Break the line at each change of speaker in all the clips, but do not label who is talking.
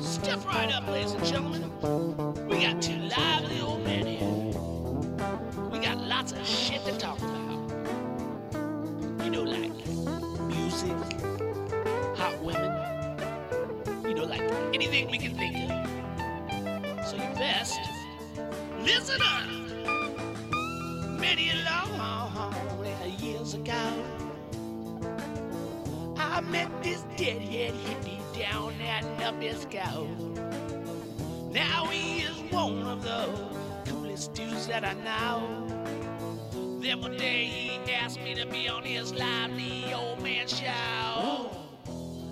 Step right up, ladies and gentlemen. We got two lively old men here. We got lots of shit to talk about. You know, like music, hot women, you know, like anything we can think of. So you best listen up. Many a long years ago, I met this deadhead hippie down at Nabisco. Now he is one of the coolest dudes that I know. Then one day he asked me to be on his lively old man show.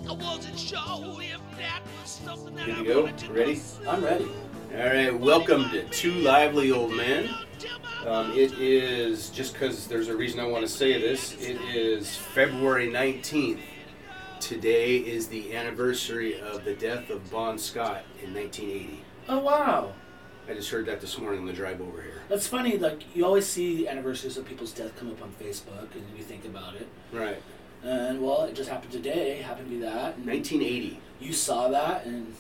I wasn't sure if that was something that
Good
I
to go?
wanted to
Ready?
I'm ready.
All right, welcome to Two Lively Old Men. Um, it is, just because there's a reason I want to say this, it is February 19th. Today is the anniversary of the death of Bon Scott in 1980.
Oh wow,
I just heard that this morning on the drive over here.
that's funny. Like you always see anniversaries of people's death come up on Facebook, and you think about it,
Right,
and well, it just happened today. Happened to be that, and
1980.
you saw that, and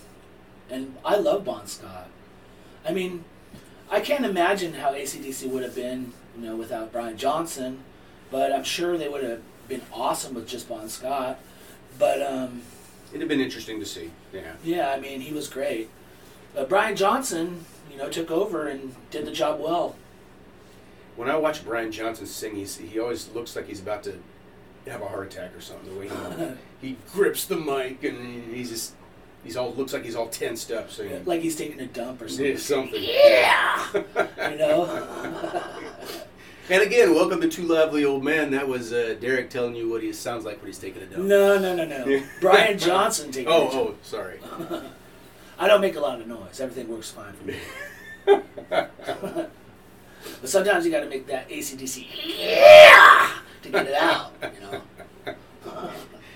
and I love Bon Scott. I mean, I can't imagine how ACDC would have been, you know, without Brian Johnson, but I'm sure they would have been awesome with just Bon Scott. But um,
It'd have been interesting to see. Yeah.
yeah, I mean, he was great. But Brian Johnson, you know, took over and did the job well.
When I watch Brian Johnson sing, he's, he always looks like he's about to have a heart attack or something. The way he, he grips the mic and he's just he's all looks like he's all tensed up singing.
Like he's taking a dump or something.
Yeah, something.
You know?
And again, welcome to Two Lively Old Men. That was uh, Derek telling you what he sounds like when he's taking a dump.
no, no, no, no.
Yeah.
Brian Johnson taking.
Oh,
a dump.
oh, sorry.
I don't make a lot of noise. Everything works fine for me. but sometimes you got to make that ACDC yeah to get it out. You know.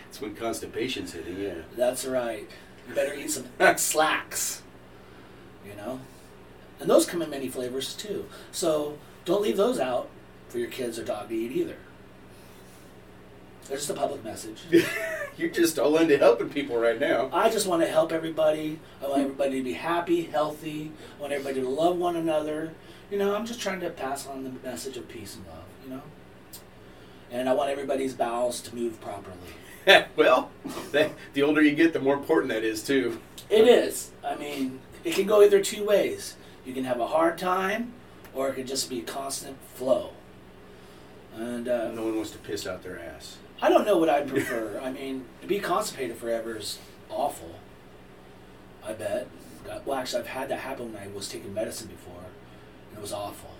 It's when constipation's hitting. Yeah.
That's right. You better eat some slacks. You know? And those come in many flavors too. So don't leave those out for your kids or dog to eat either. They're just a public message.
You're just all into helping people right now.
I just want to help everybody. I want everybody to be happy, healthy. I want everybody to love one another. You know, I'm just trying to pass on the message of peace and love, you know? And I want everybody's bowels to move properly.
well, that, the older you get, the more important that is too.
It is. I mean, it can go either two ways. You can have a hard time, or it can just be constant flow. And uh,
No one wants to piss out their ass.
I don't know what I prefer. I mean, to be constipated forever is awful. I bet. God- Well, actually, I've had that happen when I was taking medicine before, and it was awful.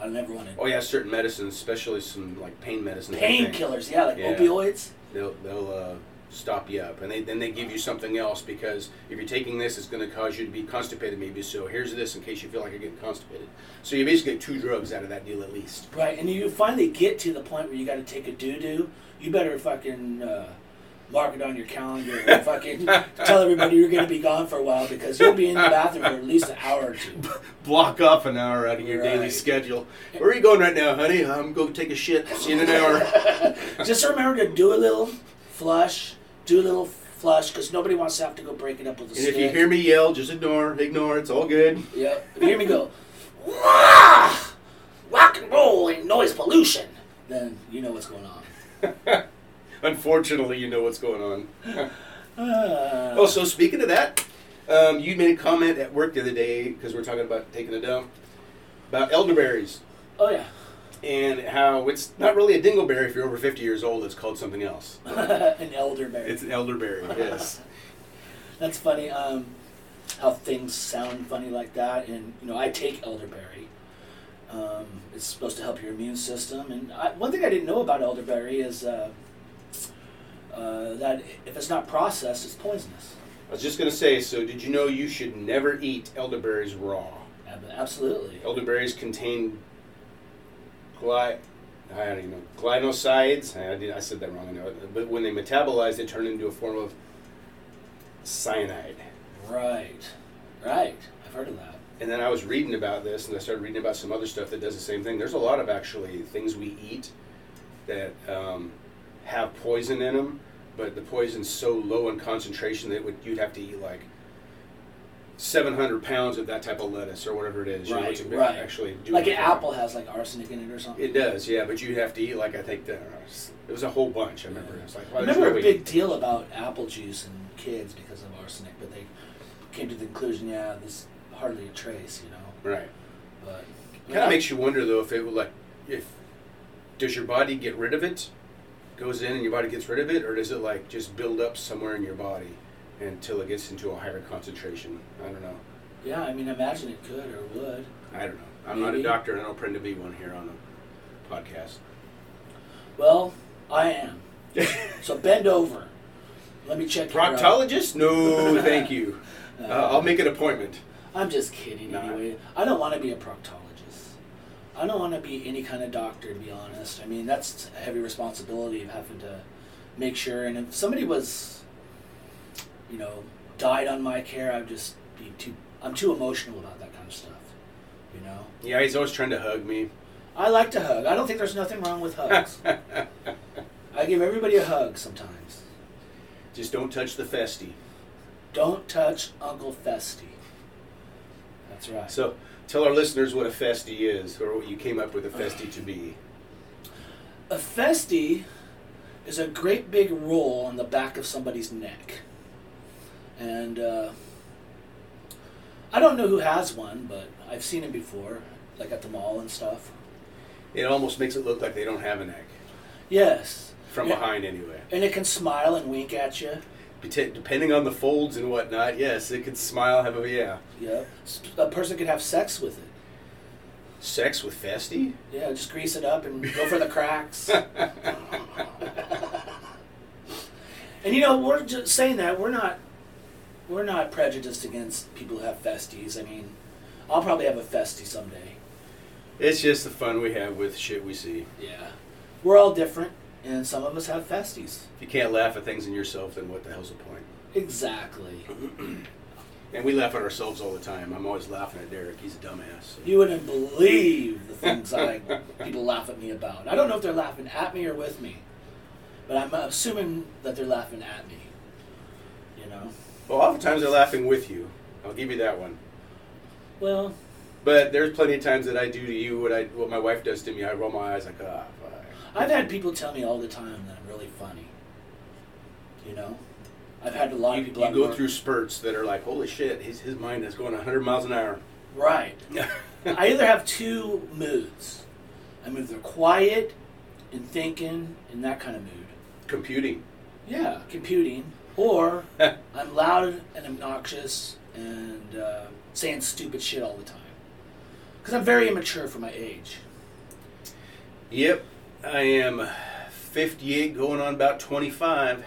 I never wanted
Oh yeah, certain medicines, especially some like pain medicines. I think,
painkillers. Yeah, like
Yeah.
opioids.
They'll they'll uh, stop you up, and they, then they give you something else because if you're taking this, it's going to cause you to be constipated maybe. So here's this in case you feel like you're getting constipated. So you basically get two drugs out of that deal at least.
Right, and you finally get to the point where you got to take a doo doo. You better fucking uh, mark it on your calendar and fucking tell everybody you're going to be gone for a while because you'll be in the bathroom for at least an hour or two.
Block off an hour out of your daily
Right.
schedule. Where are you going right now, honey? I'm going to take a shit. See you in an hour.
Just remember to do a little flush, do a little flush because nobody wants to have to go break it up with a
and
stick.
if you hear me yell, just ignore. Ignore. It's all good.
yep. if you hear me go, Wah! rock and roll and noise pollution, then you know what's going on.
Unfortunately, you know what's going on.
Uh,
Oh, so speaking of that, um, you made a comment at work the other day because we're talking about taking a dump about elderberries
oh yeah.
and how it's not really a dingleberry if you're over 50 years old. It's called something else.
Uh, An elderberry.
It's an elderberry. Yes.
That's funny. Um, how things sound funny like that, and you know, I take elderberry. Um, it's supposed to help your immune system. And I, one thing I didn't know about elderberry is uh, uh, that if it's not processed, it's poisonous.
I was just gonna say. So, did you know you should never eat elderberries raw?
Ab- Absolutely.
Elderberries contain gly. I don't even know glycosides. I, did, I said that wrong. I know, but when they metabolize, they turn into a form of cyanide.
Right. Right. I've heard of that.
And then I was reading about this, and I started reading about some other stuff that does the same thing. There's a lot of actually things we eat that um, have poison in them, but the poison's so low in concentration that it would, you'd have to eat like 700 pounds of that type of lettuce or whatever it is. you know,
Right,
it's a big-
right.
Actually, do
Like
it
an
for-
apple has like arsenic in it or something.
It does, yeah, but you have to eat like I think that it was a whole bunch. I remember. It was like,
I
well, there's
remember
no
a
way-
big deal about apple juice and kids because of arsenic, but they came to the conclusion, yeah, there's hardly a trace, you know.
Right.
But
Kind of makes you wonder though if it would like if does your body get rid of it, goes in and your body gets rid of it, or does it like just build up somewhere in your body until it gets into a higher concentration? I don't know.
yeah, I mean, imagine it could or would.
I don't know. I'm not a
Maybe.
doctor, and I don't pretend to be one here on the podcast.
Well, I am. So bend over. Let me check. your-
Proctologist? No, thank you. Uh, I'll make an appointment.
I'm just kidding.
Nah.
Anyway, I don't want to be a proctologist. I don't want to be any kind of doctor, to be honest. I mean, that's a heavy responsibility of having to make sure. And if somebody was, you know, died on my care, I'd just be too. I'm too emotional about that kind of stuff. You know,
Yeah, he's always trying to hug me.
I like to hug. I don't think there's nothing wrong with hugs. I give everybody a hug sometimes.
Just don't touch the festy.
Don't touch Uncle Festy. That's right.
So, tell our listeners what a festy is, or what you came up with a festy to be.
A festy is a great big roll on the back of somebody's neck. And uh, I don't know who has one, but I've seen it before, like at the mall and stuff.
It almost makes it look like they don't have a neck
Yes.
from
Yeah.
behind, anyway.
And it can smile and wink at you.
Dete- Depending on the folds and whatnot, yes, it could smile. Have a yeah.
Yeah. A person could have sex with it.
Sex with festy?
Yeah, just grease it up and go for the cracks. and you know, we're just saying that we're not we're not prejudiced against people who have festies. I mean, I'll probably have a festie someday.
It's just the fun we have with shit we see.
Yeah, we're all different, and some of us have festies.
If you can't laugh at things in yourself, then what the hell's the point?
Exactly.
And we laugh at ourselves all the time. I'm always laughing at Derek. He's a dumbass.
You wouldn't believe the things I people laugh at me about. I don't know if they're laughing at me or with me, but I'm assuming that they're laughing at me. You know.
Well, oftentimes they're laughing with you. I'll give you that one.
Well,
But there's plenty of times that I do to you what I what my wife does to me. I roll my eyes like, ah, fuck.
I've had people tell me all the time that I'm really funny. You know, I've had a lot
You,
of
you
people. at
go
work-
through spurts that are like, holy shit, his, his mind is going 100 miles an hour.
right. I either have two moods. I'm either quiet and thinking in that kind of mood.
Computing.
Yeah, computing, or I'm loud and obnoxious and uh, saying stupid shit all the time. Because I'm very immature for my age.
Yep, I am 58 going on about 25.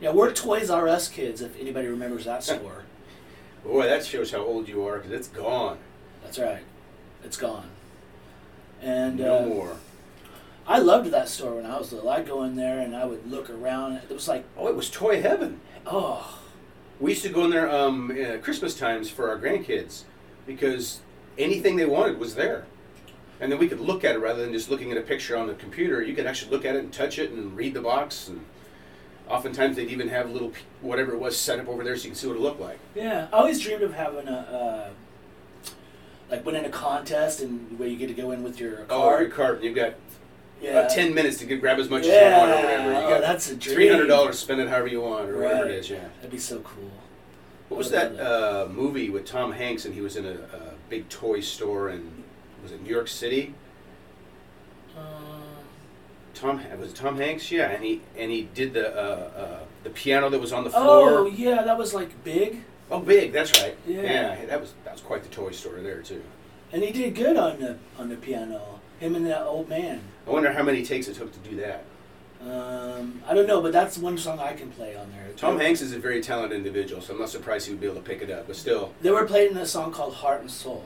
Yeah, we're Toys R Us kids. If anybody remembers that store,
Boy, that shows how old you are because it's gone.
that's right. It's gone. And
No
uh,
more.
I loved that store when I was little. I'd go in there and I would look around. It was like,
Oh, it was toy heaven.
oh,
We used to go in there um, uh, Christmas times for our grandkids because anything they wanted was there. And then we could look at it rather than just looking at a picture on the computer. You could actually look at it and touch it and read the box. And oftentimes they'd even have little p- whatever it was set up over there so you can see what it looked like.
yeah. I always dreamed of having a, uh, like winning a contest and where you get to go in with your
Oh,
card.
your card. You've got
yeah.
about 10 minutes to get, grab as much as you
Yeah.
want or whatever. You
Oh,
got
that's a dream.
$300, spend it however you want or whatever
Right.
it is. Yeah.
That'd be so cool.
What was that uh, movie with Tom Hanks and he was in a, a big toy store in, was it New York City?
Uh,
Tom was it Tom Hanks, yeah, and he and he did the uh, uh, the piano that was on the
oh
floor.
yeah, that was like big,
Oh, big, that's right.
Yeah.
that was that was quite the toy store there too.
and he did good on the on the piano. Him and that old man.
I wonder how many takes it took to do that.
Um, I don't know, but that's one song I can play on there.
Tom
They-
Hanks is a very talented individual, so I'm not surprised he would be able to pick it up. But still,
They were playing a song called Heart and Soul,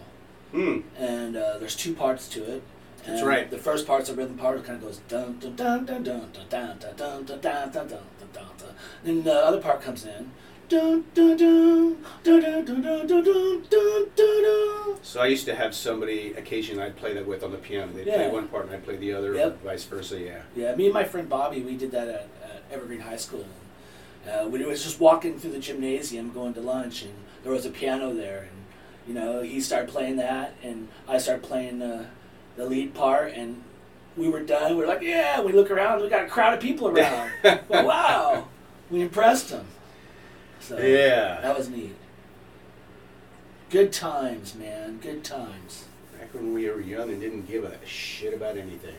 hmm,
and uh, there's two parts to it.
That's
And
right.
The first part's a rhythm part. It kind of goes dun dun dun dun dun dun dun dun dun dun dun dun dun dun dun. dun. Then the other part comes in. Dun dun dun dun dun dun dun dun dun dun dun.
so I used to have somebody occasionally I'd play that with on the piano. They'd play
Yeah.
one part and I'd play the other, or
Yep.
vice versa. Yeah,
Yeah, me and my friend Bobby, we did that at, at Evergreen High School. Uh, we was just walking through the gymnasium going to lunch, and there was a piano there, and you know he started playing that, and I started playing the, the lead part, and we were done. We were like, yeah. We look around, we got a crowd of people around. well, wow, we impressed them. So
Yeah.
that was neat. Good times, man. Good times.
Back when we were young and didn't give a shit about anything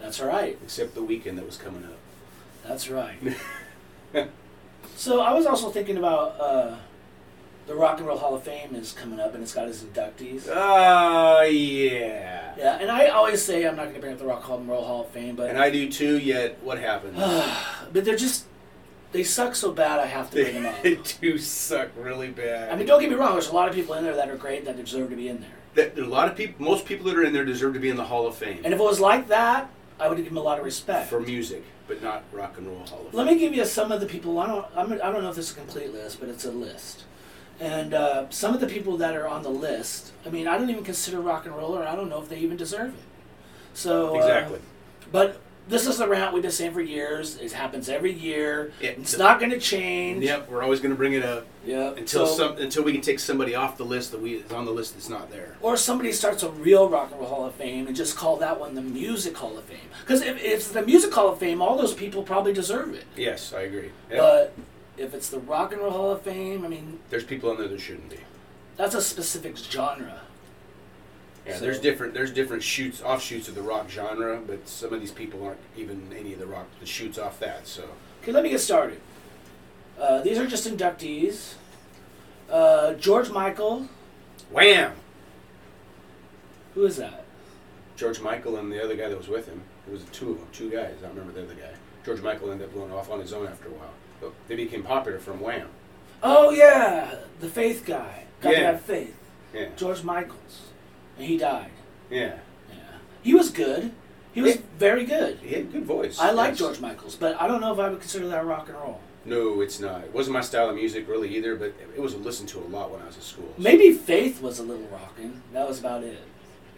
That's all right.
except the weekend that was coming up.
That's right. so I was also thinking about uh, the Rock and Roll Hall of Fame is coming up and it's got its inductees.
Ah, yeah.
Yeah, and I always say I'm not going to bring up the Rock and Roll Hall of Fame, but
And I do too. Yet, what happens?
but they're just they suck so bad I have to bring them
they
up.
do suck really bad.
I mean, don't get me wrong. There's a lot of people in there that are great that deserve to be in there.
That- there are a lot of people, most people that are in there deserve to be in the Hall of Fame
And if it was like that, I would give them a lot of respect.
for music, but not Rock and Roll Hall of
Let
Fame.
me give you some of the people. I don't. I'm, I don't know if this is a complete list, but it's a list. And uh, some of the people that are on the list. I mean, I don't even consider rock and roller. I don't know if they even deserve it. So uh,
exactly.
but this is the rant we've been saying for years. It happens every year.
Yeah.
It's not going to change.
Yep, we're always going to bring it up
Yep.
until
So-
some until we can take somebody off the list that we is on the list that's not there.
Or somebody starts a real Rock and Roll Hall of Fame and just call that one the Music Hall of Fame. Because if it's the Music Hall of Fame, all those people probably deserve it.
Yes, I agree. Yep.
But if it's the Rock and Roll Hall of Fame, I mean,
there's people on there that shouldn't be.
that's a specific genre.
Yeah,
So-
there's different there's different shoots offshoots of the rock genre, but some of these people aren't even any of the rock the shoots off that. So
Okay, let me get started. Uh, these are just inductees. Uh, George Michael,
wham,
who is that?
George Michael and the other guy that was with him. It was two of them, two guys. I don't remember the other guy. George Michael ended up going off on his own after a while, but they became popular from Wham.
Oh yeah, the Faith guy. Got to
Yeah.
have faith.
Yeah,
George Michael's, and he died.
yeah.
Yeah, he was good. He was
Yeah.
very good.
He had a good voice.
I like
Yes.
George Michaels, but I don't know if I would consider that rock and roll.
No, it's not. It wasn't my style of music really either, but it was listened to a lot when I was at school.
Maybe Faith was a little rocking. That was about it.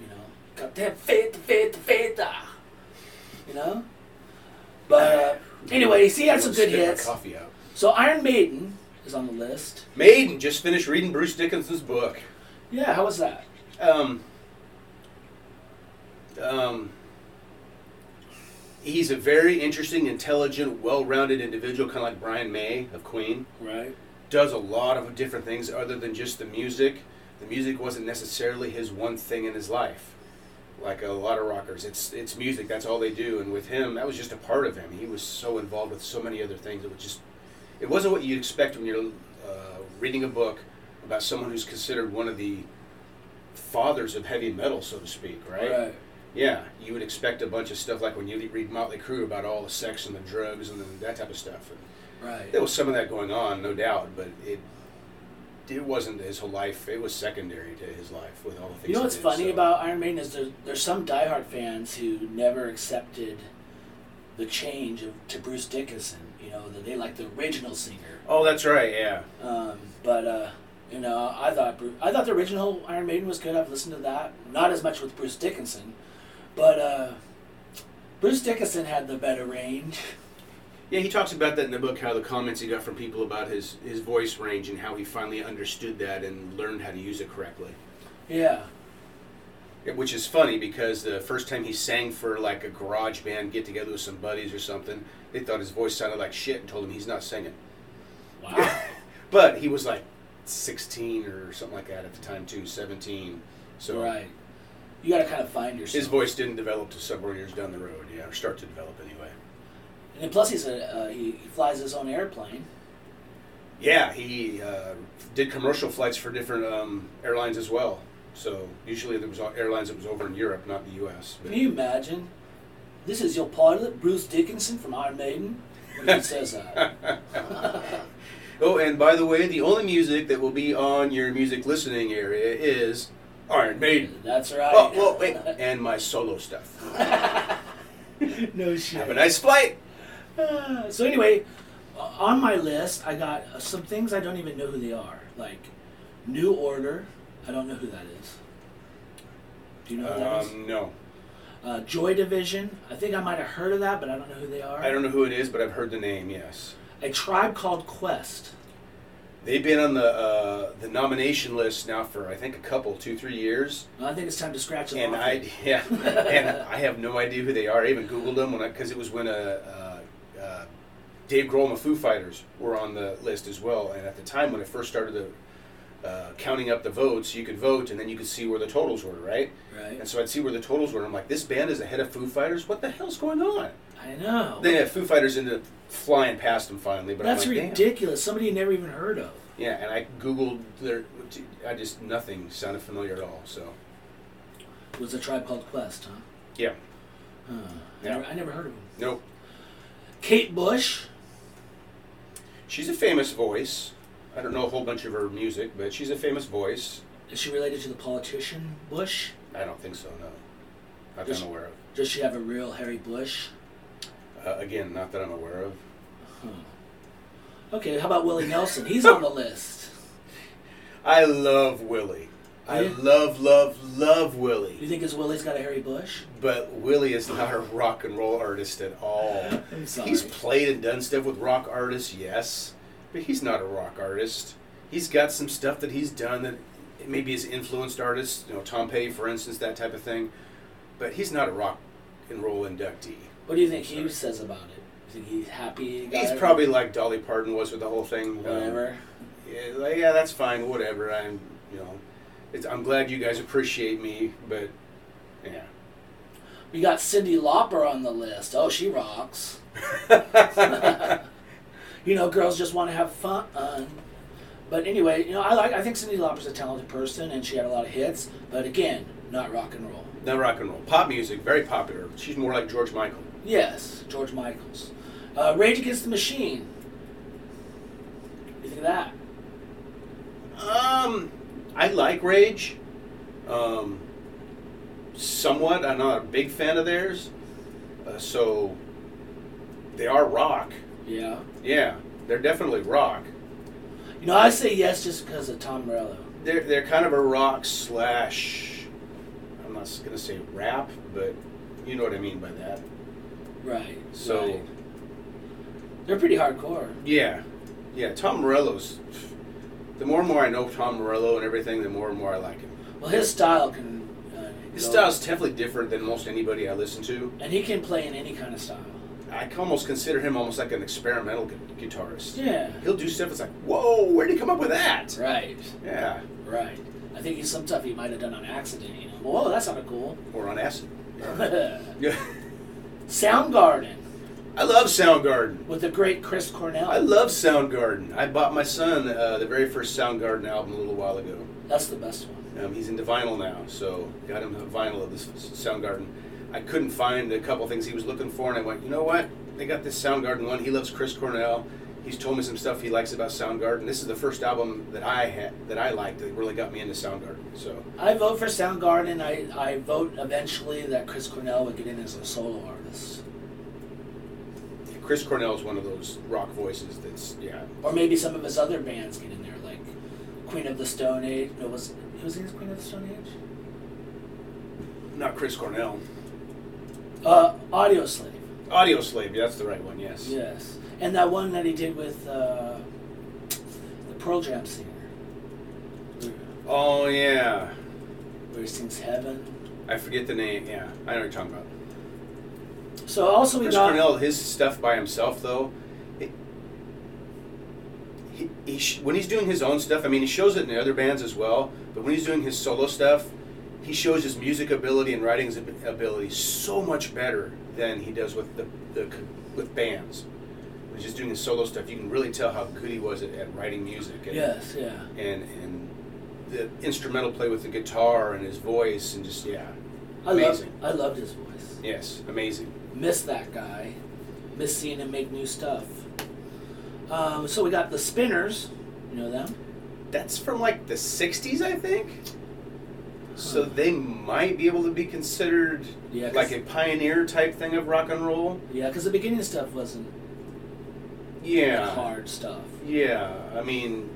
You know, goddamn Faith, Faith, Faith. ah. You know, but uh, anyway, he had some good
Spit my
hits.
Coffee out.
So Iron Maiden is on the list.
Maiden just finished reading Bruce Dickinson's book.
Yeah, how was that?
Um, um, he's a very interesting, intelligent, well-rounded individual, kind of like Brian May of Queen.
Right.
Does a lot of different things other than just the music. The music wasn't necessarily his one thing in his life. Like a lot of rockers, it's it's music. That's all they do. And with him, that was just a part of him. He was so involved with so many other things. It was just, it wasn't what you'd expect when you're uh, reading a book about someone who's considered one of the fathers of heavy metal, so to speak, right?
Right.
Yeah, you would expect a bunch of stuff like when you read Motley Crue about all the sex and the drugs and the, that type of stuff. And
Right.
there was some of that going on, no doubt, but it it wasn't his whole life. It was secondary to his life with all the things.
You know
he
what's
did,
funny
so-
about Iron Maiden is there, there's some diehard fans who never accepted the change of, to Bruce Dickinson. You know that they like the original singer.
Oh, that's right. Yeah,
Um, but uh, you know, I thought Bru- I thought the original Iron Maiden was good. I've listened to that, not as much with Bruce Dickinson, but uh, Bruce Dickinson had the better range.
yeah. He talks about that in the book. How the comments he got from people about his his voice range and how he finally understood that and learned how to use it correctly.
yeah,
Yeah, Which is funny because the first time he sang for like a garage band get together with some buddies or something, they thought his voice sounded like shit and told him he's not singing.
wow,
But he was like 16 or something like that at the time too, 17. So
right. You got to kind of find yourself.
his voice didn't develop to several years down the road, yeah, or start to develop anyway.
And then plus, he's a uh, he, he flies his own airplane.
Yeah, he uh, did commercial flights for different um, airlines as well. So usually there was airlines that was over in Europe, not the U.S.
Can
But
you imagine? This is your pilot, Bruce Dickinson from Iron Maiden. When he says that,
Oh, and by the way, the only music that will be on your music listening area is Iron Maiden.
that's right.
Oh, whoa, wait. And my solo stuff.
no shit.
Have a nice flight.
Uh, so anyway, uh, on my list, I got uh, some things I don't even know who they are, like New Order. I don't know who that is. Do you know who that is?
Um, no.
Uh, Joy Division. I think I might have heard of that, but I don't know who they are.
I don't know who it is, but I've heard the name, yes.
A Tribe Called Quest.
They've been on the uh, the nomination list now for I think a couple, two, three years,
Well, I think it's time to scratch them
and
off.
I yeah, and I have no idea who they are. I even Googled them when I because it was when uh, uh, uh, Dave Grohl and the Foo Fighters were on the list as well. And at the time when I first started the uh, counting up the votes, you could vote and then you could see where the totals were, right?
right?
And so I'd see where the totals were. And I'm like, this band is ahead of Foo Fighters. What the hell's going on?
I know.
They had Foo Fighters into flying past them finally, but
That's
I'm like, "Damn."
ridiculous. Somebody you never even heard of.
Yeah, and I googled their. I just nothing sounded familiar at all. So
was a tribe called Quest, huh?
yeah,
Huh. I,
Yeah.
never, I never heard of him.
nope.
Kate Bush.
She's a famous voice. I don't know a whole bunch of her music, but she's a famous voice.
Is she related to the politician Bush?
I don't think so. No, not that
Is-
I'm aware of.
Does she have a real Harry Bush?
Uh, again, not that I'm aware of.
Hmm. Okay, how about Willie Nelson? He's on the list.
I love Willie. I
Yeah.
love, love, love
You
Willie.
think his Willie's got a Harry Bush?
But Willie is not a rock and roll artist at all.
I'm sorry.
He's played and done stuff with rock artists, yes, but he's not a rock artist. He's got some stuff that he's done that maybe has influenced artists, you know, Tom Petty, for instance, that type of thing. But he's not a rock and roll inductee.
what do you think he says about it? You think he's happy? he got
He's
it?
probably like Dolly Parton was with the whole thing. um,
whatever.
yeah, like, yeah, that's fine. Whatever. I'm, you know, it's, I'm glad you guys appreciate me, but yeah.
We got Cindy Lauper on the list. Oh, she rocks. you know, girls just want to have fun. But anyway, you know, I like. I think Cindy Lauper's a talented person, and she had a lot of hits. But again, not rock and roll.
Not rock and roll. Pop music, very popular. She's more like George Michael.
Yes, George Michaels. Uh, Rage Against the Machine. You think of that?
Um, I like Rage, um, somewhat. I'm not a big fan of theirs, uh, so they are rock.
Yeah.
Yeah, they're definitely rock.
You know, I say yes just because of Tom Morello.
They're they're kind of a rock slash. I'm not gonna say rap, but you know what I mean by that.
Right.
So
right. they're pretty hardcore.
yeah, yeah. Tom Morello's. The more and more I know Tom Morello and everything, the more and more I like him.
Well, his style can. Uh,
His
go-
style's definitely different than most anybody I listen to.
And he can play in any kind of style.
I can almost consider him almost like an experimental gu- guitarist.
Yeah.
He'll do stuff that's like, whoa, where'd he come up with that?
Right.
Yeah,
Right. I think he's some stuff he might have done on accident. You know. Whoa, that's not cool.
or on acid. Yeah.
Soundgarden
I love Soundgarden.
with the great Chris Cornell.
I love Soundgarden. I bought my son uh, the very first Soundgarden album a little while ago.
that's the best one.
Um, he's into vinyl now, so got him a vinyl of this Soundgarden. I couldn't find a couple things he was looking for, and I went, you know what? They got this Soundgarden one. He loves Chris Cornell. He's told me some stuff he likes about Soundgarden. This is the first album that I had that I liked that really got me into Soundgarden. So
I vote for Soundgarden. I, I vote eventually that Chris Cornell would get in as a solo artist.
Chris Cornell is one of those rock voices that's yeah.
Or maybe some of his other bands get in there, like Queen of the Stone Age. No, was, was he in Queen of the Stone Age?
Not Chris Cornell.
Uh, Audio Slave.
Audio Slave, that's the right one, yes.
Yes. And that one that he did with uh, the Pearl Jam singer, where-
Oh yeah.
where he sings Heaven.
I forget the name, yeah. I know what you're talking about.
So also we
Chris
got
Cornell, his stuff by himself though, it, he, he sh- when he's doing his own stuff, I mean, he shows it in the other bands as well. But when he's doing his solo stuff, he shows his music ability and writing ab- ability so much better than he does with the, the c- with bands. When he's just doing his solo stuff, you can really tell how good he was at, at writing music. And,
Yes, yeah.
and and the instrumental play with the guitar and his voice and just yeah,
I love
Amazing.
I loved his voice.
yes, amazing.
Miss that guy. Miss seeing him make new stuff. Um, so we got the Spinners. You know them?
That's from like the 60s, I think. So they might be able to be considered
Yeah, 'cause-
like a pioneer type thing of rock and roll.
Yeah, because the beginning stuff wasn't
Yeah.
hard stuff.
Yeah. I mean,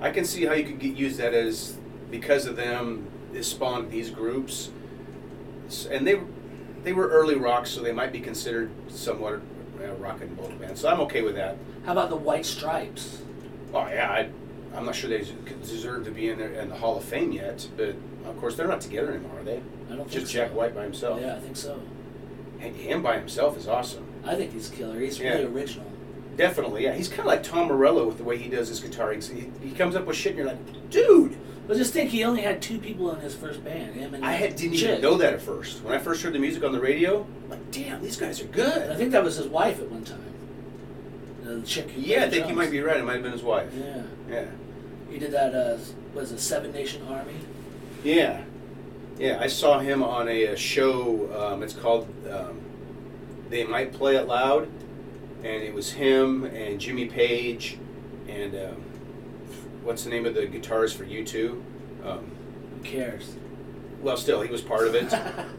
I can see how you could get, use that as because of them it spawned these groups. S- And they they were early rock, so they might be considered somewhat uh, rock and roll band. So I'm okay with that.
How about the White Stripes?
Oh yeah, I, I'm not sure they deserve to be in there in the Hall of Fame yet, but of course they're not together anymore, are they?
I don't think
Just
so.
Jack White by himself.
Yeah, I think so.
And him by himself is awesome.
I think he's killer. He's
Yeah.
really original.
Definitely, yeah. He's kind of like Tom Morello with the way he does his guitar. He, he comes up with shit, and you're like, dude.
But just think, he only had two people in his first band. Him and
I had, didn't
Chick.
even know that at first. When I first heard the music on the radio, I'm like, damn, these guys are
And I
good.
think that was his wife at one time. Uh, The chick. who
Yeah, I
played
think you
drums.
might be right. It might have been his wife.
Yeah,
Yeah,
he did that. Uh, was a Seven Nation Army.
yeah, yeah. I saw him on a, uh show. Um, it's called um, "They Might Play It Loud," and it was him and Jimmy Page, and um, what's the name of the guitarist for U two? Um,
Who cares?
well, still, he was part of it.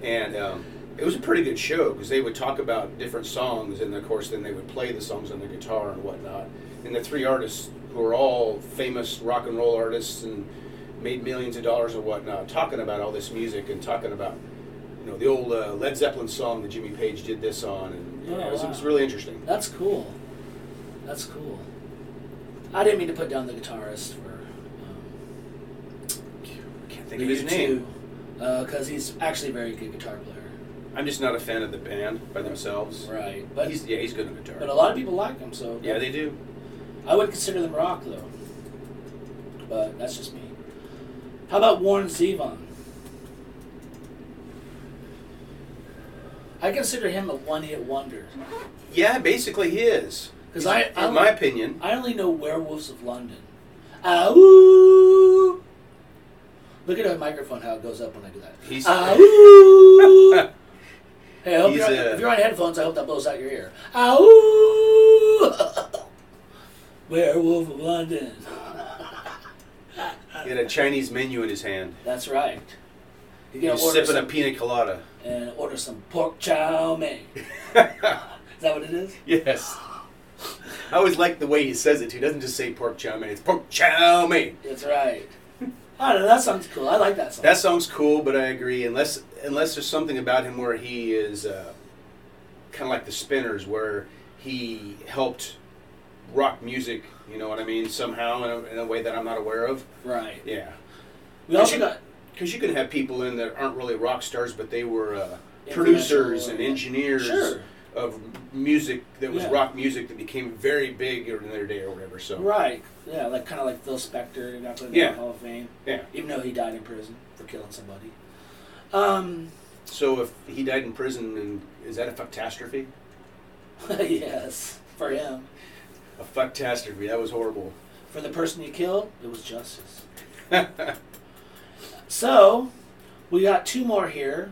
and um, it was a pretty good show because they would talk about different songs, and of course, then they would play the songs on the guitar and whatnot. And the three artists, who are all famous rock and roll artists and made millions of dollars and whatnot, talking about all this music and talking about you know the old uh, Led Zeppelin song that Jimmy Page did this on, and you know,
Oh,
it, was, it
wow.
was really interesting.
That's cool. That's cool. I didn't mean to put down the guitarist for. Um,
I can't think of his name.
Because uh, he's actually a very good guitar player.
I'm just not a fan of the band by themselves.
Right, but
He's yeah, he's good on guitar.
but a lot of people like him. So
yeah, they do.
I would consider them rock though. But that's just me. How about Warren Zevon? I consider him a one-hit wonder
Yeah, basically he is.
because I I,
in my
only-
opinion,
I only know Werewolves of London. Ow! Look at a microphone how it goes up when I do that.
He's-
Ow! hey, I hope
He's
you're on,
a-
if you're on headphones, I hope that blows out your ear. Ow! Werewolf of London.
he had a Chinese menu in his hand.
That's right. You
He
can
was
order
sipping
some,
a pina colada.
and order some pork chow mein. is that what it is?
Yes. I always like the way he says it. He doesn't just say pork chow mein. It's pork chow mein.
That's right. I don't know. That sounds cool. I like that song.
That song's cool, but I agree. Unless unless there's something about him where he is uh, kind of like the Spinners, where he helped rock music. You know what I mean? Somehow in a, in a way that I'm not aware of.
right.
Yeah.
We also
should-
got
Because you can have people in that aren't really rock stars, but they were uh,
Influential,
producers and
yeah.
engineers
Sure.
of music that was
Yeah.
rock music that became very big in their day or whatever. So
Right. Yeah, like kind of like Phil Spector who got put in
Yeah.
the Hall of Fame,
yeah.
even though he died in prison for killing somebody. Um,
So if he died in prison, and is that a catastrophe?
yes, for him,
A catastrophe. That was horrible.
for the person he killed, it was justice. so, we got two more here: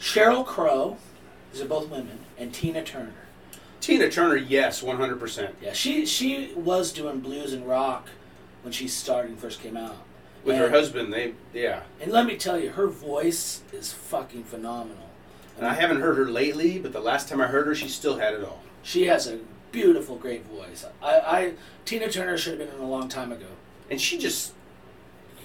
Cheryl Crow, these are both women, and Tina Turner.
Tina Turner, yes, one hundred percent.
Yeah, she she was doing blues and rock when she started and first came out.
With her
And-
husband, they yeah.
And let me tell you, her voice is fucking phenomenal.
And I haven't heard her lately, but the last time I heard her, she still had it all.
She has a beautiful, great voice. I, I Tina Turner should have been in a long time ago.
And she just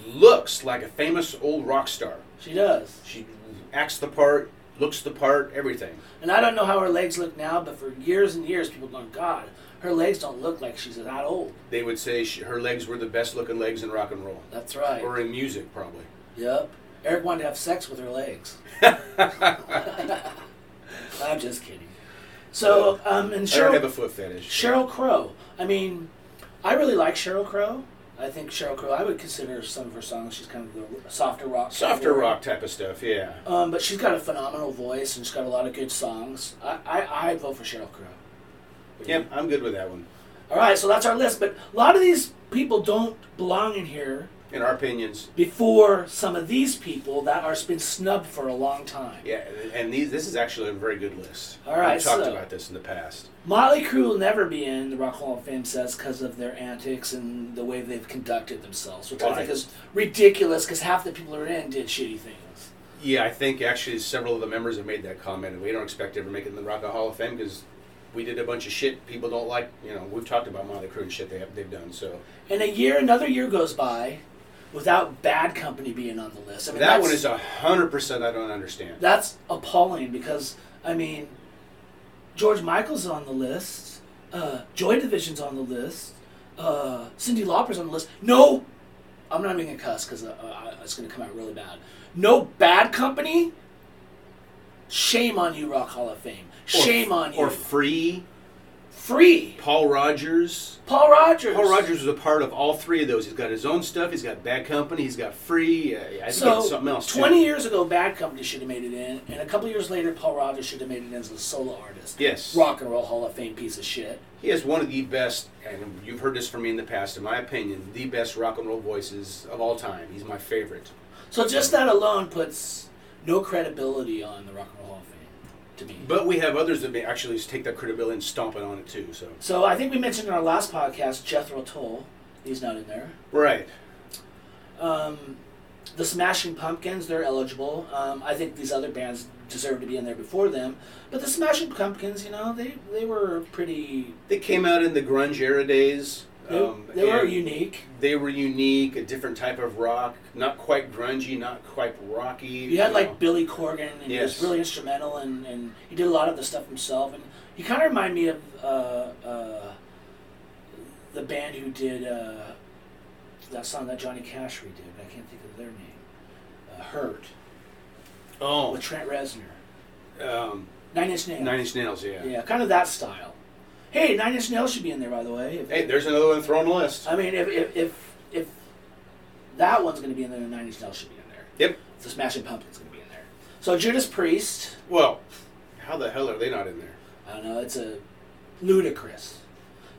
looks like a famous old rock star.
She does.
She acts the part, looks the part, everything.
And I don't know how her legs look now, but for years and years, people going, God, her legs don't look like she's that old.
They would say she, her legs were the best looking legs in rock and roll,
That's right.
or in music, probably.
Yep. Eric wanted to have sex with her legs. I'm just kidding. So, um, and
I don't
Cheryl,
have a foot fetish.
Cheryl Crow. I mean, I really like Cheryl Crow. I think Cheryl Crow. I would consider some of her songs. She's kind of the softer rock.
Softer
category.
rock type of stuff, yeah.
Um, but she's got a phenomenal voice and she's got a lot of good songs. I, I, I vote for Cheryl Crow.
Yep, I'm good with that one.
All right, so that's our list. But a lot of these people don't belong in here
In our opinions,
before some of these people that are been snubbed for a long time.
yeah. And these, this is actually a very good list.
All right,
we talked
so-
about this in the past.
Motley Crue will never be in the Rock Hall of Fame, says, because of their antics and the way they've conducted themselves, which I
Right.
think is ridiculous because half the people who are in did shitty things.
Yeah, I think actually several of the members have made that comment, and we don't expect to ever make it in the Rock and Hall of Fame because we did a bunch of shit people don't like. You know, we've talked about Motley Crue and shit they have, they've done. So
And a year, another year goes by without Bad Company being on the list. I mean,
that
that's-
one is a hundred percent. I don't understand.
that's appalling because I mean, George Michael's on the list. Uh, Joy Division's on the list. Uh, Cindy Lauper's on the list. No, I'm not even gonna cuss because uh, uh, it's gonna come out really bad. No bad company. Shame on you, Rock Hall of Fame. Shame
or,
on you.
Or free.
Free.
Paul Rogers.
Paul Rogers.
Paul Rogers was a part of all three of those. He's got his own stuff. He's got Bad Company. He's got Free. Uh, I think
So
it's something else. too.
twenty years ago, Bad Company should have made it in, and a couple years later, Paul Rogers should have made it in as a solo artist.
Yes.
Rock and Roll Hall of Fame piece of shit.
He has one of the best, and you've heard this from me in the past, in my opinion, the best rock and roll voices of all time. He's my favorite.
So just that alone puts no credibility on the Rock and Roll Hall of Fame to me.
But we have others that may actually take that credibility and stomp it on it too. So
so I think we mentioned in our last podcast Jethro Tull. He's not in there.
right,
Um, the Smashing Pumpkins, they're eligible. Um, I think these other bands deserve to be in there before them. But the Smashing Pumpkins, you know, they, they were pretty.
they came out in the grunge era days.
They, they were
Um, and
unique.
They were unique, a different type of rock, not quite grungy, not quite rocky.
You had
know.
like Billy Corgan, and he was
Yes.
really instrumental, and, and he did a lot of the stuff himself. And he kind of reminded me of uh, uh, the band who did uh, that song that Johnny Cash redid. but I can't think of their name. Uh, Hurt
oh,
with Trent Reznor,
um,
Nine Inch Nails.
Nine Inch Nails, yeah.
Yeah, kind of that style. Hey, Nine Inch Nails should be in there, by the way. If,
Hey, there's another one thrown on the list.
I mean, if if, if if that one's going to be in there, Nine Inch Nails should be in there.
Yep.
The Smashing Pumpkins going to be in there. So Judas Priest.
Well, how the hell are they not in there?
I don't know. It's a ludicrous.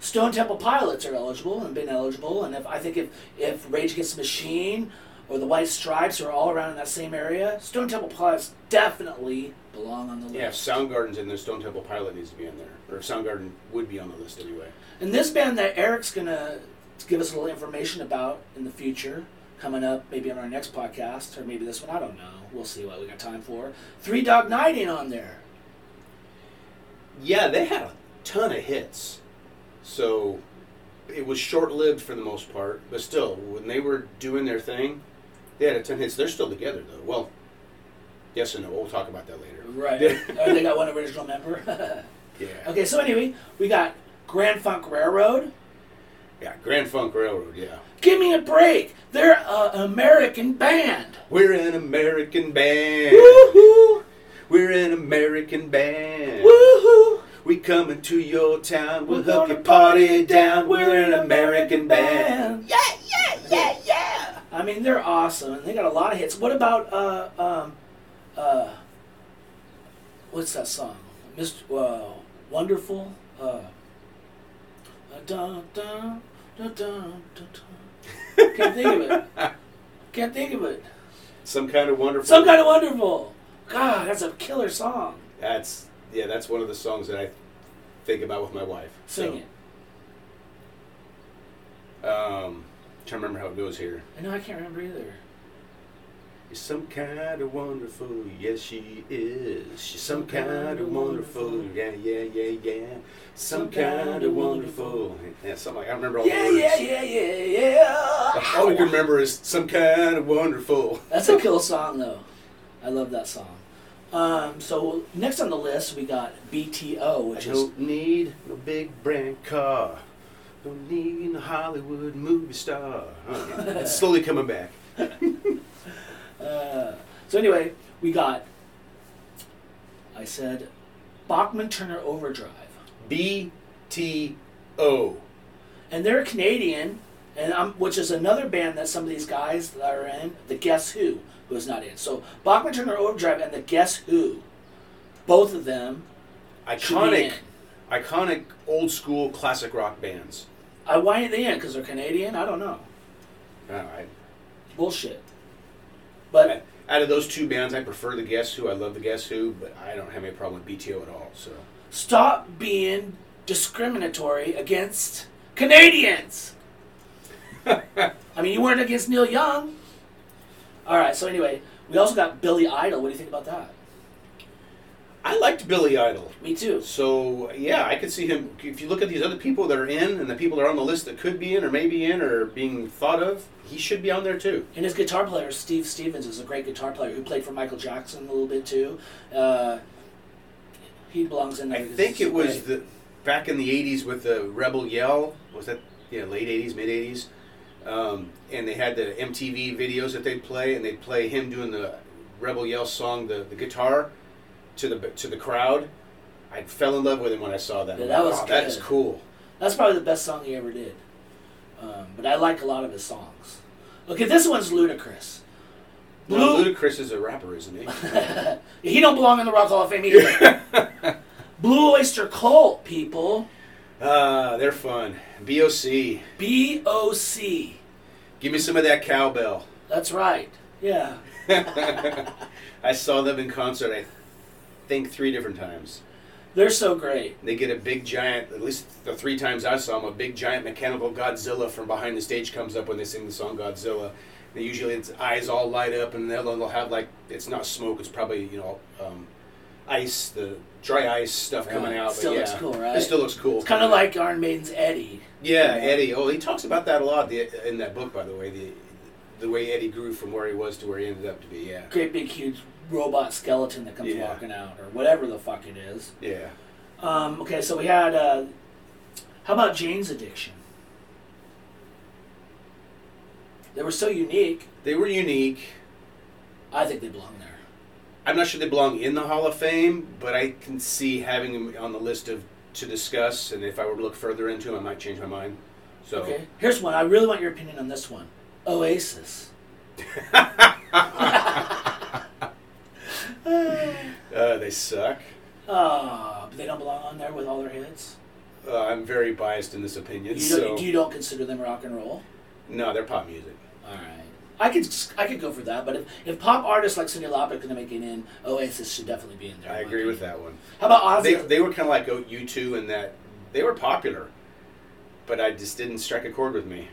Stone Temple Pilots are eligible and been eligible, and if I think if if Rage Against the Machine or the White Stripes are all around in that same area, Stone Temple Pilots definitely belong on the list.
Yeah, if Soundgarden's in there, Stone Temple Pilot needs to be in there, or if Soundgarden would be on the list anyway.
And this band that Eric's gonna give us a little information about in the future, coming up maybe on our next podcast or maybe this one. I don't know. We'll see what we got time for. Three Dog Night ain't on there.
Yeah, they had a ton of hits. So it was short lived for the most part, but still, when they were doing their thing, they had a ton of hits. They're still together, though. Well, yes and no. We'll talk about that later.
Right. oh, they got one original member.
Yeah.
Okay, so anyway, we got Grand Funk Railroad.
Yeah, Grand Funk Railroad, yeah.
Give me a break. They're an American band.
We're an American band.
Woohoo!
We're an American band.
Woohoo!
We coming to your town. We'll
We're
help
gonna
you party down.
We're
We're an American band.
Yeah, yeah, yeah, yeah. I mean, they're awesome, and they got a lot of hits. What about uh um uh what's that song? Mr. Uh, Wonderful. Uh, dun, dun, dun, dun, dun, dun. Can't think of it. Can't think of it.
Some kind of wonderful.
Some kind of wonderful. God, that's a killer song.
That's yeah. That's one of the songs that I think about with my wife.
Sing it.
So, um, trying to remember how it goes here.
I know I can't remember either.
She's some kind of wonderful, yes she is. She's some kind of wonderful, yeah yeah yeah yeah. Some kind of wonderful, yeah. Something like I don't remember all
Yeah,
the words.
yeah, yeah, yeah, yeah.
All I can remember is some kind of wonderful.
That's a cool song though. I love that song. Um, so next on the list we got BTO,
I
which is
don't need no big brand car. Don't need no Hollywood movie star. Okay, It's slowly coming back.
uh, so anyway we got. I said, Bachman Turner Overdrive,
B T O.
and they're Canadian, and i which is another band that some of these guys that are in the Guess Who, who is not in. So Bachman Turner Overdrive and the Guess Who, both of them should be
Iconic,
in.
iconic old school classic rock bands.
I why ain't they in? Because they're Canadian. I don't know.
All right.
Bullshit. But
Out of those two bands, I prefer the Guess Who. I love the Guess Who, but I don't have any problem with BTO at all. So
stop being discriminatory against Canadians. I mean, you weren't against Neil Young. All right. So anyway, we also got Billy Idol. What do you think about that?
I liked Billy Idol.
Me too.
So yeah, I could see him. If you look at these other people that are in, and the people that are on the list that could be in, or maybe in, or being thought of, he should be on there too.
And his guitar player, Steve Stevens, is a great guitar player who played for Michael Jackson a little bit too. Uh, He belongs in there.
I
because
think
he's
it was
great.
the back in the '80s with the Rebel Yell. Was that yeah, late '80s, mid '80s? Um, and they had the MTV videos that they'd play, and they'd play him doing the Rebel Yell song, the, the guitar, to the to the crowd. I fell in love with him when I saw that.
Yeah,
I'm
that
like,
was
"Wow, that is
good."
cool.
That's probably the best song he ever did. Um, but I like a lot of his songs. Okay, this one's ludicrous.
No,
Blue.
Ludacris is a rapper, isn't he?
he don't belong in the Rock Hall of Fame either. Blue Oyster Cult, people.
Ah, they're fun. B.O.C.
B O C.
Give me some of that cowbell.
That's right. Yeah.
I saw them in concert. I think three different times.
They're so great.
They get a big giant, at least the three times I saw them, a big giant mechanical Godzilla from behind the stage comes up when they sing the song Godzilla. And usually its eyes all light up, and they'll, they'll have like, it's not smoke, it's probably, you know, um, ice, the dry ice stuff coming
Right.
out.
Still
but
looks
yeah,
cool, right?
It still looks cool.
It's kind of like Iron Maiden's Eddie.
Yeah,
Yeah.
Eddie. Oh, he talks about that a lot the, in that book, by the way. The, the way Eddie grew from where he was to where he ended up to be. Yeah.
Great big huge robot skeleton that comes
Yeah.
walking out, or whatever the fuck it is.
Yeah.
Um, okay, so we had. Uh, how about Jane's Addiction? They were so unique.
They were unique.
I think they belong there.
I'm not sure they belong in the Hall of Fame, but I can see having them on the list of to discuss. And if I were to look further into them, I might change my mind. So
Okay, here's one. I really want your opinion on this one. Oasis.
uh, they suck.
Ah, but they don't belong on there with all their hits.
Uh, I'm very biased in this opinion.
You
so
don't, you don't consider them rock and roll.
no, they're pop music.
All right. I could I could go for that, but if, if pop artists like Cyndi Lauper are going to make it in, Oasis should definitely be in there.
I
in Oh my
agree with
opinion.
that one.
How about
They,
Ozzy?
they were kind of like oh, U2 in that they were popular, but I just didn't strike a chord with me.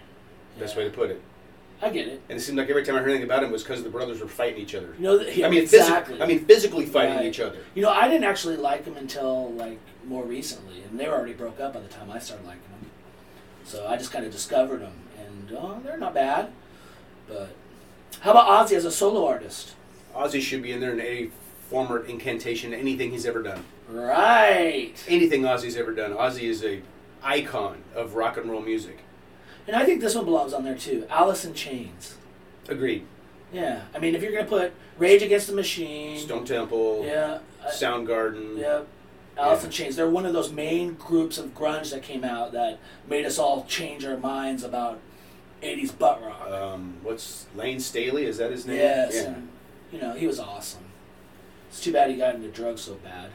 Best
Yeah.
way to put it.
I get it.
And it seemed like every time I heard anything about him was because the brothers were fighting each other.
You know, th- yeah,
I mean,
exactly.
physic- I mean, physically fighting
Right.
each other.
you know, I didn't actually like them until like more recently, and they were already broke up by the time I started liking them. So I just kind of discovered them, and oh, they're not bad. But how about Ozzy as a solo artist?
Ozzy should be in there in any form or incantation, anything he's ever done.
Right.
Anything Ozzy's ever done. Ozzy is a icon of rock and roll music.
And I think this one belongs on there too. Alice in Chains.
Agreed.
Yeah. I mean, if you're going to put Rage Against the Machine,
Stone Temple,
Yeah. I-
Soundgarden.
yeah. Alice
Yeah.
in Chains. They're one of those main groups of grunge that came out that made us all change our minds about 80s butt rock.
Um, what's Lane Staley? Is that his name?
yes.
Yeah.
And, you know, he was awesome. It's too bad he got into drugs so bad.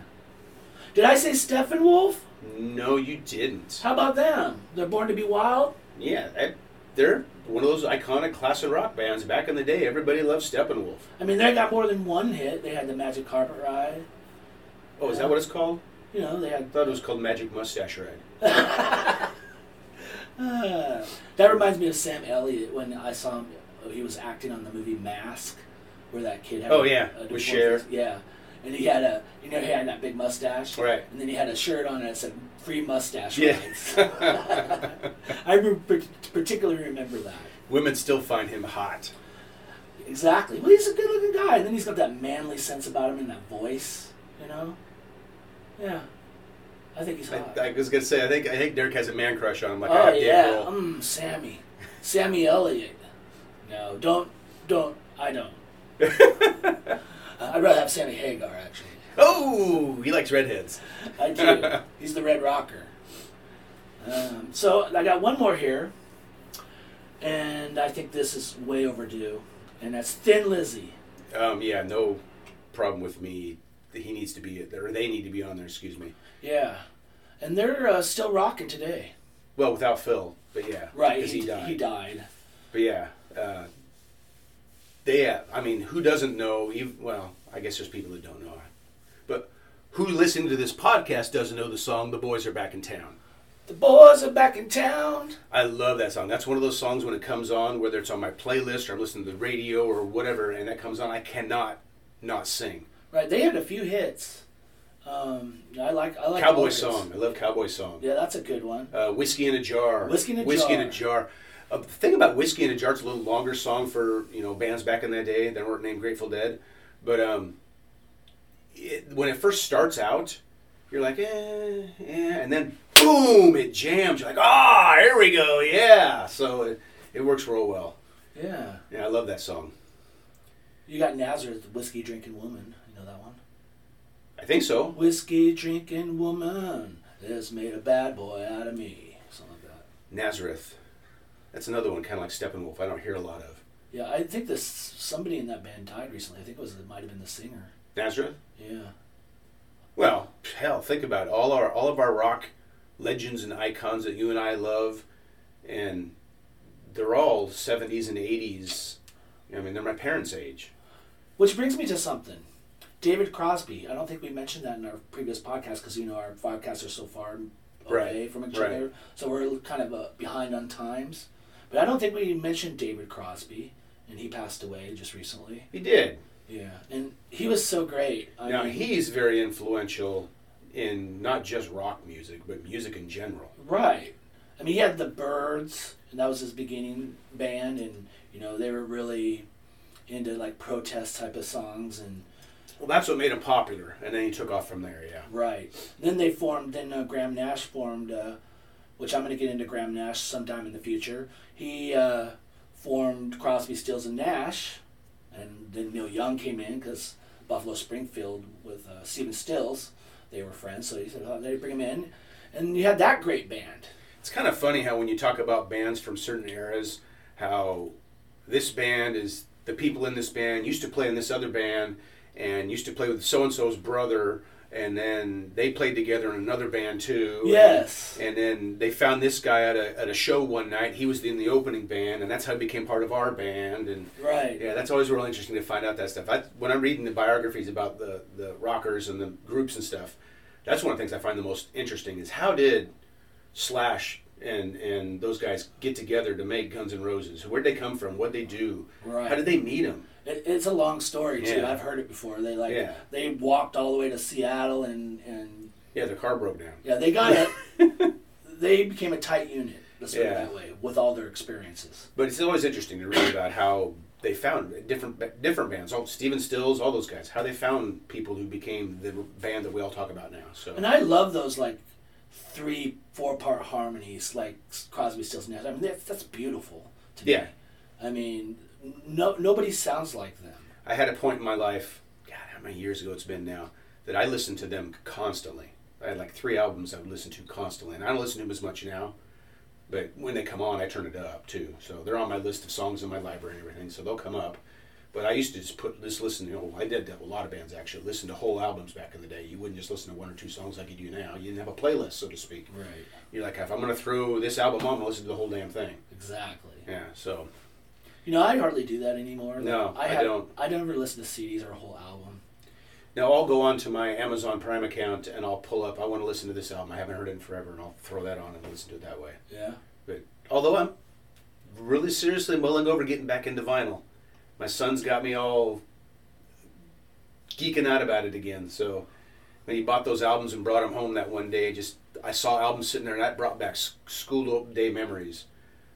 Did I say Steppenwolf?
No, you didn't.
How about them? They're Born to Be Wild?
Yeah, I, they're one of those iconic classic rock bands. Back in the day, everybody loved Steppenwolf.
I mean, they got more than one hit. They had the Magic Carpet Ride.
Oh, is that what it's called?
You know, they had
I thought it was called Magic Mustache Ride.
Ah, that reminds me of Sam Elliott when I saw him. oh, He was acting on the movie Mask, where that kid. Had
Oh, yeah, with
divorce-
Cher.
Yeah, and he had a you know he had that big mustache.
Right.
And then he had a shirt on that said "Free Mustache
Yeah.
Rights." I remember, particularly remember that.
Women still find him hot.
Exactly. Well, he's a good-looking guy, and then he's got that manly sense about him and that voice. You know. Yeah, I think he's hot.
I, I was gonna say, I think I think Derek has a man crush on him. Like,
Uh. Oh
"Ah, damn,
yeah,
girl."
mm, Sammy, Sammy Elliott. No, don't, don't. I don't. Uh, I'd rather have Sammy Hagar actually.
Oh, he likes redheads.
I do. He's the Red Rocker. Um, so I got one more here, and I think this is way overdue, and that's Thin Lizzy.
Um, yeah, no problem with me. He needs to be or they need to be on there. Excuse me.
Yeah, and they're uh, still rocking today.
Well, without Phil, but yeah,
Right,
because he, died.
He died.
But yeah, uh, they. Yeah, I mean, who doesn't know? Even, well, I guess there's people that don't know, but who listening to this podcast doesn't know the song "The Boys Are Back in Town."
The boys are back in town.
I love that song. That's one of those songs when it comes on, whether it's on my playlist or I'm listening to the radio or whatever, and that comes on, I cannot not sing.
Right, they had a few hits. Um, I like I like all
Cowboy
of this.
song. I love cowboy song.
Yeah, that's a good one.
Uh, whiskey in a jar.
Whiskey in a
whiskey in a
Jar.
jar. Uh, the thing about whiskey in a jar, it's a little longer song for you know bands back in that day that weren't named Grateful Dead, but um, it, when it first starts out, You're like, eh, eh, and then boom, it jams. You're like, ah, here we go, yeah. So it, it works real well.
Yeah.
Yeah, I love that song.
You got Nazareth, whiskey drinking woman. You know that one?
I think so.
Whiskey drinking woman has made a bad boy out of me. Something like that.
Nazareth. That's another one, kind of like Steppenwolf. I don't hear a lot of
Yeah, I think this somebody in that band died recently. I think it was it might have been the singer.
Nazareth.
Yeah.
Well, hell, think about it. all our all of our rock legends and icons that you and I love, and they're all '70s and '80s. I mean, they're my parents' age.
Which brings me to something. David Crosby. I don't think we mentioned that in our previous podcast because you know our podcasts are so far away
Right,
from each
right.
other, so we're kind of uh, behind on times. But I don't think we mentioned David Crosby, and he passed away just recently.
He did.
Yeah, and he was so great. I
Now
mean,
he's very influential in not just rock music, but music in general.
Right. I mean, he had the Birds, and that was his beginning band, and you know they were really into like protest type of songs, and
Well, that's what made him popular, and then he took off from there. Yeah.
right. Then they formed. Then uh, Graham Nash formed, uh, which I'm going to get into Graham Nash sometime in the future. He uh, formed Crosby, Stills, and Nash, and then Neil Young came in because Buffalo Springfield with uh, Stephen Stills, they were friends, so he said, "Oh, they bring him in," and you had that great band.
It's kind of funny how when you talk about bands from certain eras, how this band is the people in this band used to play in this other band and used to play with so and so's brother, and then they played together in another band too.
Yes.
And then they found this guy at a, at a show one night. He was in the opening band, and that's how he became part of our band. And
Right.
Yeah, that's always really interesting to find out that stuff. I, when I'm reading the biographies about the, the rockers and the groups and stuff, that's one of the things I find the most interesting is how did Slash and and those guys get together to make Guns N' Roses? Where'd they come from? What'd they do?
Right.
How did they meet them?
It, it's a long story too.
Yeah.
I've heard it before. They like
Yeah.
they walked all the way to Seattle and and
Yeah, their car broke down.
yeah, they got it. they became a tight unit. Let's put it
Yeah.
that way, with all their experiences.
But it's always interesting to read about how they found different different bands. All Steven Stills, all those guys. How they found people who became the band that we all talk about now. So
And I love those like three, four part harmonies, like Crosby, Stills, Nash. I mean, that's, that's beautiful to me.
Yeah.
I mean, no, nobody sounds like them.
I had a point in my life, God, how many years ago it's been now, that I listened to them constantly. I had like three albums I would listen to constantly, and I don't listen to them as much now. But when they come on, I turn it up too. So they're on my list of songs in my library and everything, so they'll come up. But I used to just put just listen. You know, I did that with a lot of bands actually. Listen to whole albums back in the day. You wouldn't just listen to one or two songs like you do now. You didn't have a playlist, so to speak.
Right.
You're like, if I'm gonna throw this album on, I'll listen to the whole damn thing.
Exactly.
Yeah. So
You know, I hardly do that anymore.
No, I
have-
don't.
I never listen to CDs or a whole album.
Now I'll go on to my Amazon Prime account and I'll pull up. I want to listen to this album. I haven't heard it in forever, and I'll throw that on and listen to it that way.
Yeah.
But although I'm really seriously mulling over getting back into vinyl, my son's got me all geeking out about it again. So when he bought those albums and brought them home that one day, just I saw albums sitting there, and that brought back s- school day memories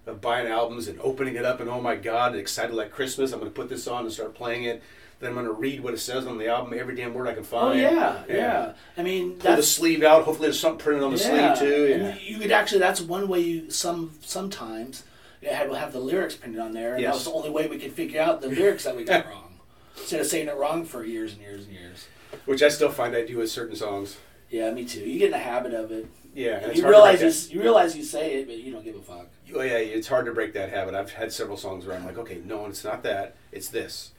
of buying albums and opening it up, and oh my god, and excited like Christmas. I'm going to put this on and start playing it. Then I'm going to read what it says on the album, every damn word I can
Oh
find.
yeah, yeah. I mean,
Pull the
that's
sleeve out. Hopefully, there's something printed on the sleeve too. Yeah.
And you could actually that's one way you some sometimes it had will have the lyrics printed on there, and that
Yes.
was the only way we could figure out the lyrics that we got wrong. Instead of saying it wrong for years and years and years.
Which I still find I do with certain songs.
Yeah, me too. You get in the habit of it.
Yeah,
And
it's
you
hard to
realize
break that-
you, s- you realize you say it, but you don't give a fuck.
Oh yeah, it's hard to break that habit. I've had several songs where I'm like, okay, no, it's not that. It's this.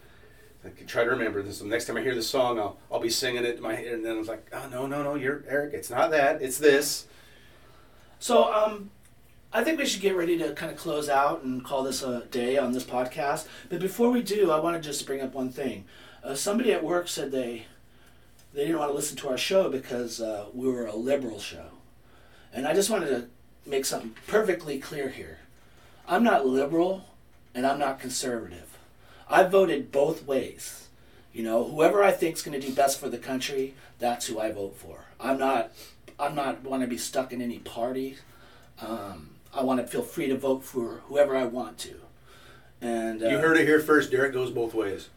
I can try to remember this. The next time I hear the song, I'll I'll be singing it in my head, and then I was like, oh no, no, no, you're Eric. It's not that. It's this.
So, um, I think we should get ready to kind of close out and call this a day on this podcast. But before we do, I want to just bring up one thing. Uh, somebody at work said they they didn't want to listen to our show because uh, we were a liberal show, and I just wanted to make something perfectly clear here. I'm not liberal, and I'm not conservative. I voted both ways. You know, whoever I think's going to do best for the country, that's who I vote for. I'm not, I'm not want to be stuck in any party. Um, I want to feel free to vote for whoever I want to. And uh,
You heard it here first. Derek goes both ways.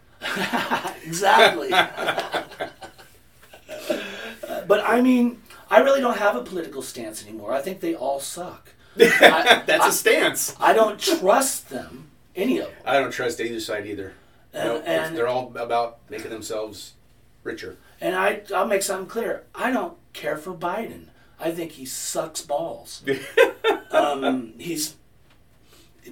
exactly. but I mean, I really don't have a political stance anymore. I think they all suck. I-
That's a
I-
stance.
I don't trust them, any of them.
I don't trust either side either. I don't-
Uh, And- and-
they're all about making themselves richer.
And I, I'll make something clear. I don't care for Biden. I think he sucks balls. um, he's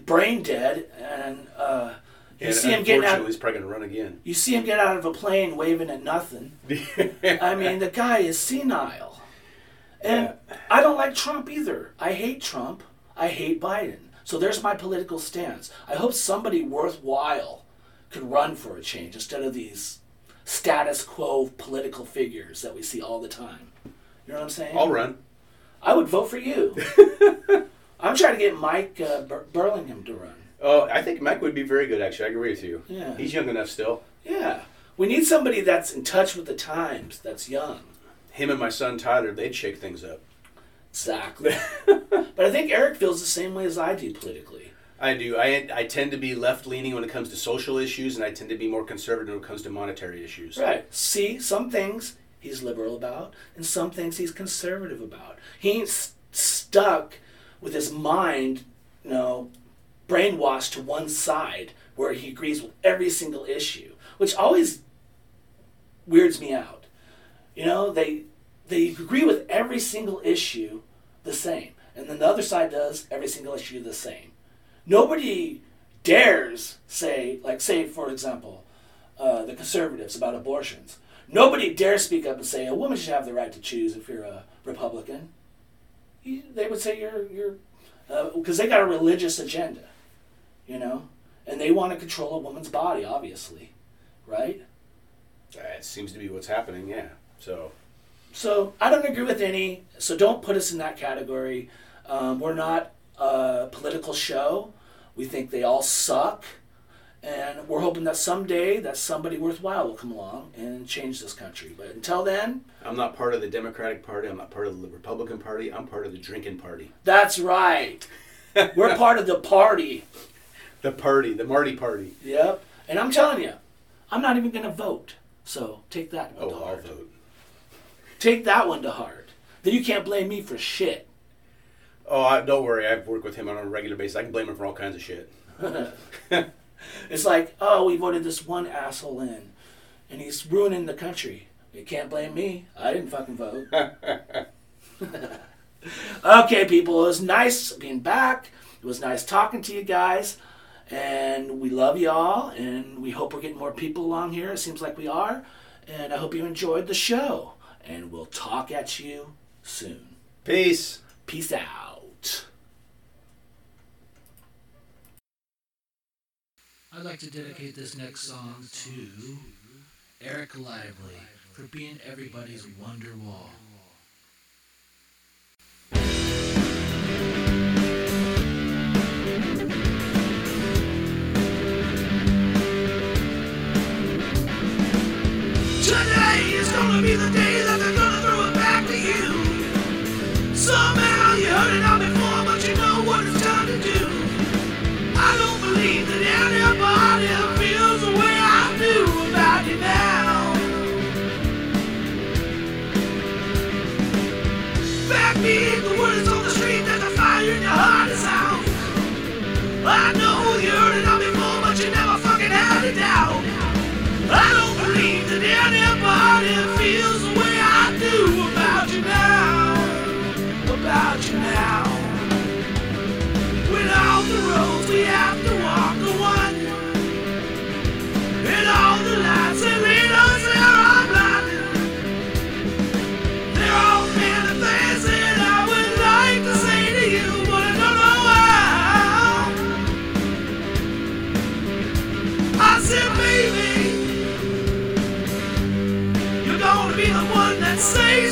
brain dead, and uh, you
and
see him
unfortunately,
getting out.
he's probably going to run again.
You see him get out of a plane waving at nothing. I mean, the guy is senile. And I don't like Trump either. I hate Trump. I hate Biden. So there's my political stance. I hope somebody worthwhile could run for a change instead of these status quo political figures that we see all the time. You know what I'm saying?
I'll run.
I would vote for you. I'm trying to get Mike uh, Bur- Burlingham to run.
Oh, I think Mike would be very good. Actually, I agree with you.
Yeah.
he's young enough still.
Yeah. We need somebody that's in touch with the times, that's young.
Him and my son Tyler, they'd shake things up.
Exactly. but I think Eric feels the same way as I do politically.
I do. I I tend to be left leaning when it comes to social issues, and I tend to be more conservative when it comes to monetary issues.
Right. See, some things he's liberal about, and some things he's conservative about. He ain't s- stuck with his mind, you know, brainwashed to one side where he agrees with every single issue, which always weirds me out. You know, they they agree with every single issue the same, and then the other side does every single issue the same. Nobody dares say, like, say for example, uh, the conservatives about abortions. Nobody dare speak up and say a woman should have the right to choose if you're a Republican. You, they would say you're you're because they got a religious agenda, you know, and they want to control a woman's body, obviously, right?
That seems to be what's happening. Yeah. So
So I don't agree with any. So don't put us in that category. Um, we're not a political show. We think they all suck, and we're hoping that someday that somebody worthwhile will come along and change this country. But until then,
I'm not part of the Democratic Party. I'm not part of the Republican Party. I'm part of the drinking party.
that's right. we're part of the party.
The party, the Marty party.
Yep. And I'm telling you, I'm not even going to vote. So take that one
Oh,
to
I'll
heart.
vote.
Take that one to heart. Then you can't blame me for shit.
Oh, I, don't worry. I've worked with him on a regular basis. I can blame him for all kinds of shit.
It's like, oh, we voted this one asshole in, and he's ruining the country. You can't blame me. I didn't fucking vote. okay, people, it was nice being back. It was nice talking to you guys, and we love y'all, and we hope we're getting more people along here. It seems like we are, and I hope you enjoyed the show, and we'll talk at you soon.
Peace.
Peace out. I'd like to dedicate this next song to Eric Lively for being everybody's wonder wall.
Today is gonna be the day that they're gonna throw it back to you. Somehow you heard it all before, but you know what it's time to do. I don't believe that anybody feels the way I do about you now. Back me, the word is on the street that the fire in your heart is out. I know you heard it all before, but you never fucking had it out. I don't believe that anybody feels the way I do about you now. About you now. With all the roads we have to walk the one. And all the lights that lead us there are blinding. There are many things that I would like to say to you, but I don't know how. I said, baby, you're gonna be the one that saves